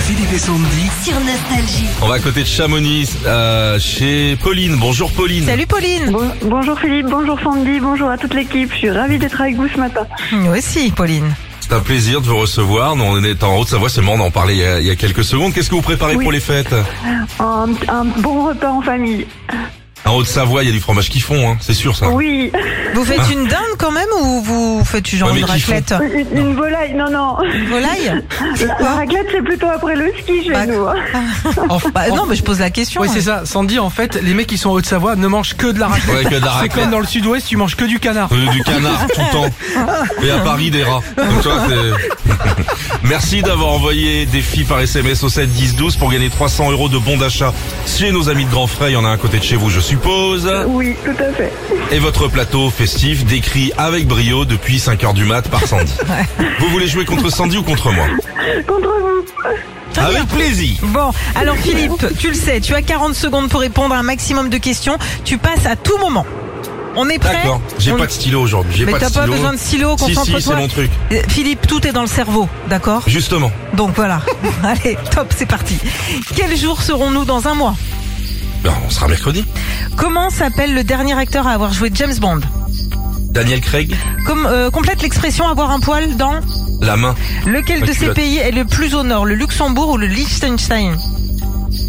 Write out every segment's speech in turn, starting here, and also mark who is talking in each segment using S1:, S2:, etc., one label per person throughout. S1: Philippe et Sandy.
S2: sur Nostalgie.
S3: On va à côté de Chamonix, euh, chez Pauline. Bonjour Pauline.
S4: Salut Pauline
S5: Bon- bonjour Philippe, bonjour Sandy, bonjour à toute l'équipe. Je suis ravie d'être avec vous ce matin.
S4: Moi aussi Pauline.
S3: C'est un plaisir de vous recevoir. Nous, on est en Haute-Savoie, seulement on en parlait il y a, il y a quelques secondes. Qu'est-ce que vous préparez
S5: Oui.
S3: pour les fêtes
S5: Un, un bon repas en famille.
S3: En Haute-Savoie, il y a du fromage qui fond, hein, c'est sûr ça.
S5: Oui,
S4: Vous faites une dinde quand même ou vous faites genre
S3: Ouais, Ah. Bah, mais
S4: une
S3: qui font-
S4: raclette
S5: une, une volaille, non, non.
S4: Une volaille
S5: La, la raclette, c'est plutôt après le ski chez
S4: Bah,
S5: nous. hein.
S6: Enf-
S4: Bah, Non mais je pose la question.
S6: Oui, c'est ça. Sandy, en fait, les mecs qui sont en Haute-Savoie ne mangent que de la raclette.
S3: Ouais, que de la
S6: C'est
S3: raclette.
S6: comme dans le sud-ouest, tu manges que du canard.
S3: Euh, Du canard tout le temps. Et à Paris, des rats. Donc, tu vois, c'est- Merci d'avoir envoyé des filles par SMS au 7 10 12 pour gagner 300 euros de bons d'achat chez nos amis de Grand Frais. Il y en a un à côté de chez vous, je suppose.
S5: Oui, tout à fait.
S3: Et votre plateau festif décrit avec brio depuis 5 heures du mat par Sandy. Vous voulez jouer contre Sandy ou contre moi
S5: Contre vous.
S3: Avec plaisir.
S4: Bon, alors Philippe, tu le sais, tu as 40 secondes pour répondre à un maximum de questions. Tu passes à tout moment. On est prêt
S3: D'accord. J'ai
S4: On-
S3: pas de stylo aujourd'hui. J'ai
S4: Mais
S3: pas de
S4: t'as
S3: stylo.
S4: pas besoin de stylo,
S3: Si si, c'est
S4: concentre-toi.
S3: mon truc.
S4: Euh, Philippe, tout est dans le cerveau, d'accord
S3: Justement.
S4: Donc voilà. Allez, top, c'est parti. Quel jour serons-nous dans un mois
S3: Ben, on sera mercredi.
S4: Comment s'appelle le dernier acteur à avoir joué James Bond
S3: Daniel Craig,
S4: Comme, euh, complète l'expression avoir un poil dans
S3: la main.
S4: Lequel de
S3: Bah, tu
S4: ces
S3: l'as-
S4: pays est le plus au nord, le Luxembourg ou le Liechtenstein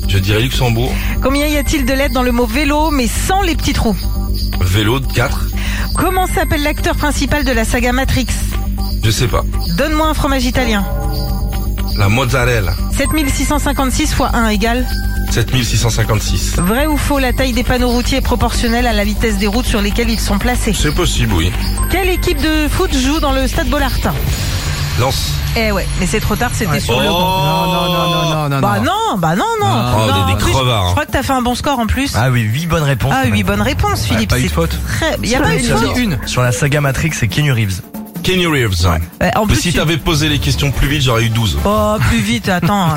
S3: Je dirais Luxembourg.
S4: Combien y a-t-il de lettres dans le mot vélo, mais sans les petits trous
S3: Vélo de 4.
S4: Comment s'appelle l'acteur principal de la saga Matrix
S3: Je sais pas.
S4: Donne-moi un fromage italien.
S3: La mozzarella.
S4: 7656 x 1 égale
S3: 7656.
S4: Vrai ou faux, la taille des panneaux routiers est proportionnelle à la vitesse des routes sur lesquelles ils sont placés.
S3: C'est possible, oui.
S4: Quelle équipe de foot joue dans le stade Bollard
S3: Lance.
S4: Eh ouais, mais c'est trop tard, c'était sur
S1: Oh.
S4: le banc.
S6: Non, non, non, non,
S7: Oh,
S6: non,
S4: Bah non, bah non, non.
S3: Oh,
S4: Non,
S3: des- des
S4: en plus,
S3: crevards, hein.
S4: Je crois que t'as fait un bon score en plus.
S7: Ah oui, 8 bonnes réponses.
S4: Ah
S7: quand
S4: oui,
S7: même.
S4: bonne réponse,
S7: Ouais,
S4: Philippe.
S7: pas eu de
S4: c'est
S7: faute.
S4: Très... Il n'y a
S5: Ça,
S4: pas eu de
S5: il a
S4: faute.
S5: dit
S6: Une.
S7: Sur la saga Matrix, c'est Kenny Reeves.
S3: Kenny Reeves.
S4: Ouais, en
S3: Mais
S4: plus,
S3: si
S4: tu-
S3: t'avais posé les questions plus vite, j'aurais eu 12.
S4: Oh, plus vite, attends.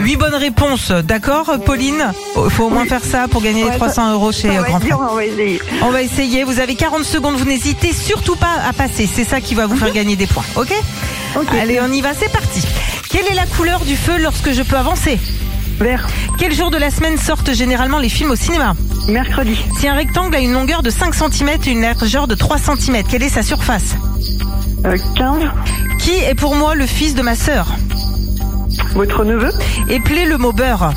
S4: Huit bonnes réponses, d'accord, Pauline Oh, Faut au moins faire ça pour gagner les
S5: Ouais,
S4: 300 euros chez
S5: Ça
S4: euh,
S5: va
S4: Grand
S5: être dur,
S4: Frère.
S5: on va essayer.
S4: On va essayer, vous avez 40 secondes, vous n'hésitez surtout pas à passer. C'est ça qui va vous faire gagner des points, ok
S5: Ok.
S4: Allez, on y va, c'est parti. Quelle est la couleur du feu lorsque je peux avancer
S5: Vert,
S4: Quel jour de la semaine sortent généralement les films au cinéma
S5: mercredi,
S4: Si un rectangle a une longueur de 5 cm et une largeur de 3 cm, quelle est sa surface
S5: euh, 15,
S4: Qui est pour moi le fils de ma sœur
S5: votre neveu, E
S4: Éplez le mot beurre.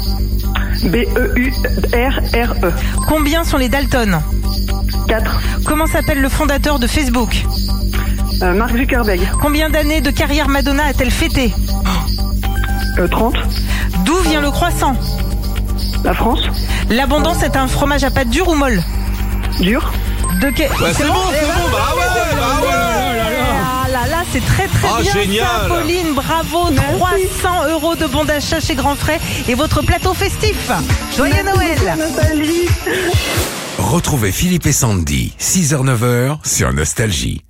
S5: B-E-U-R-R-E,
S4: Combien sont les Dalton
S5: 4,
S4: Comment s'appelle le fondateur de Facebook
S5: euh, Mark Zuckerberg,
S4: Combien d'années de carrière Madonna a-t-elle fêté
S5: euh, 30,
S4: D'où vient le croissant
S5: la France,
S4: L'abondance est un fromage à pâte dure ou molle
S5: dur,
S4: De quel
S3: Ouais, c'est bon, c'est bon. Bah ouais, bah ouais.
S4: Ah là là, c'est très très
S3: Ah,
S4: bien
S3: génial.
S4: ça, Pauline. Bravo, 300 euros de bon d'achat chez Grand Frais et votre plateau festif. Joyeux Noël.
S5: Nostalgie.
S1: Retrouvez Philippe et Sandy, 6h-9h sur Nostalgie.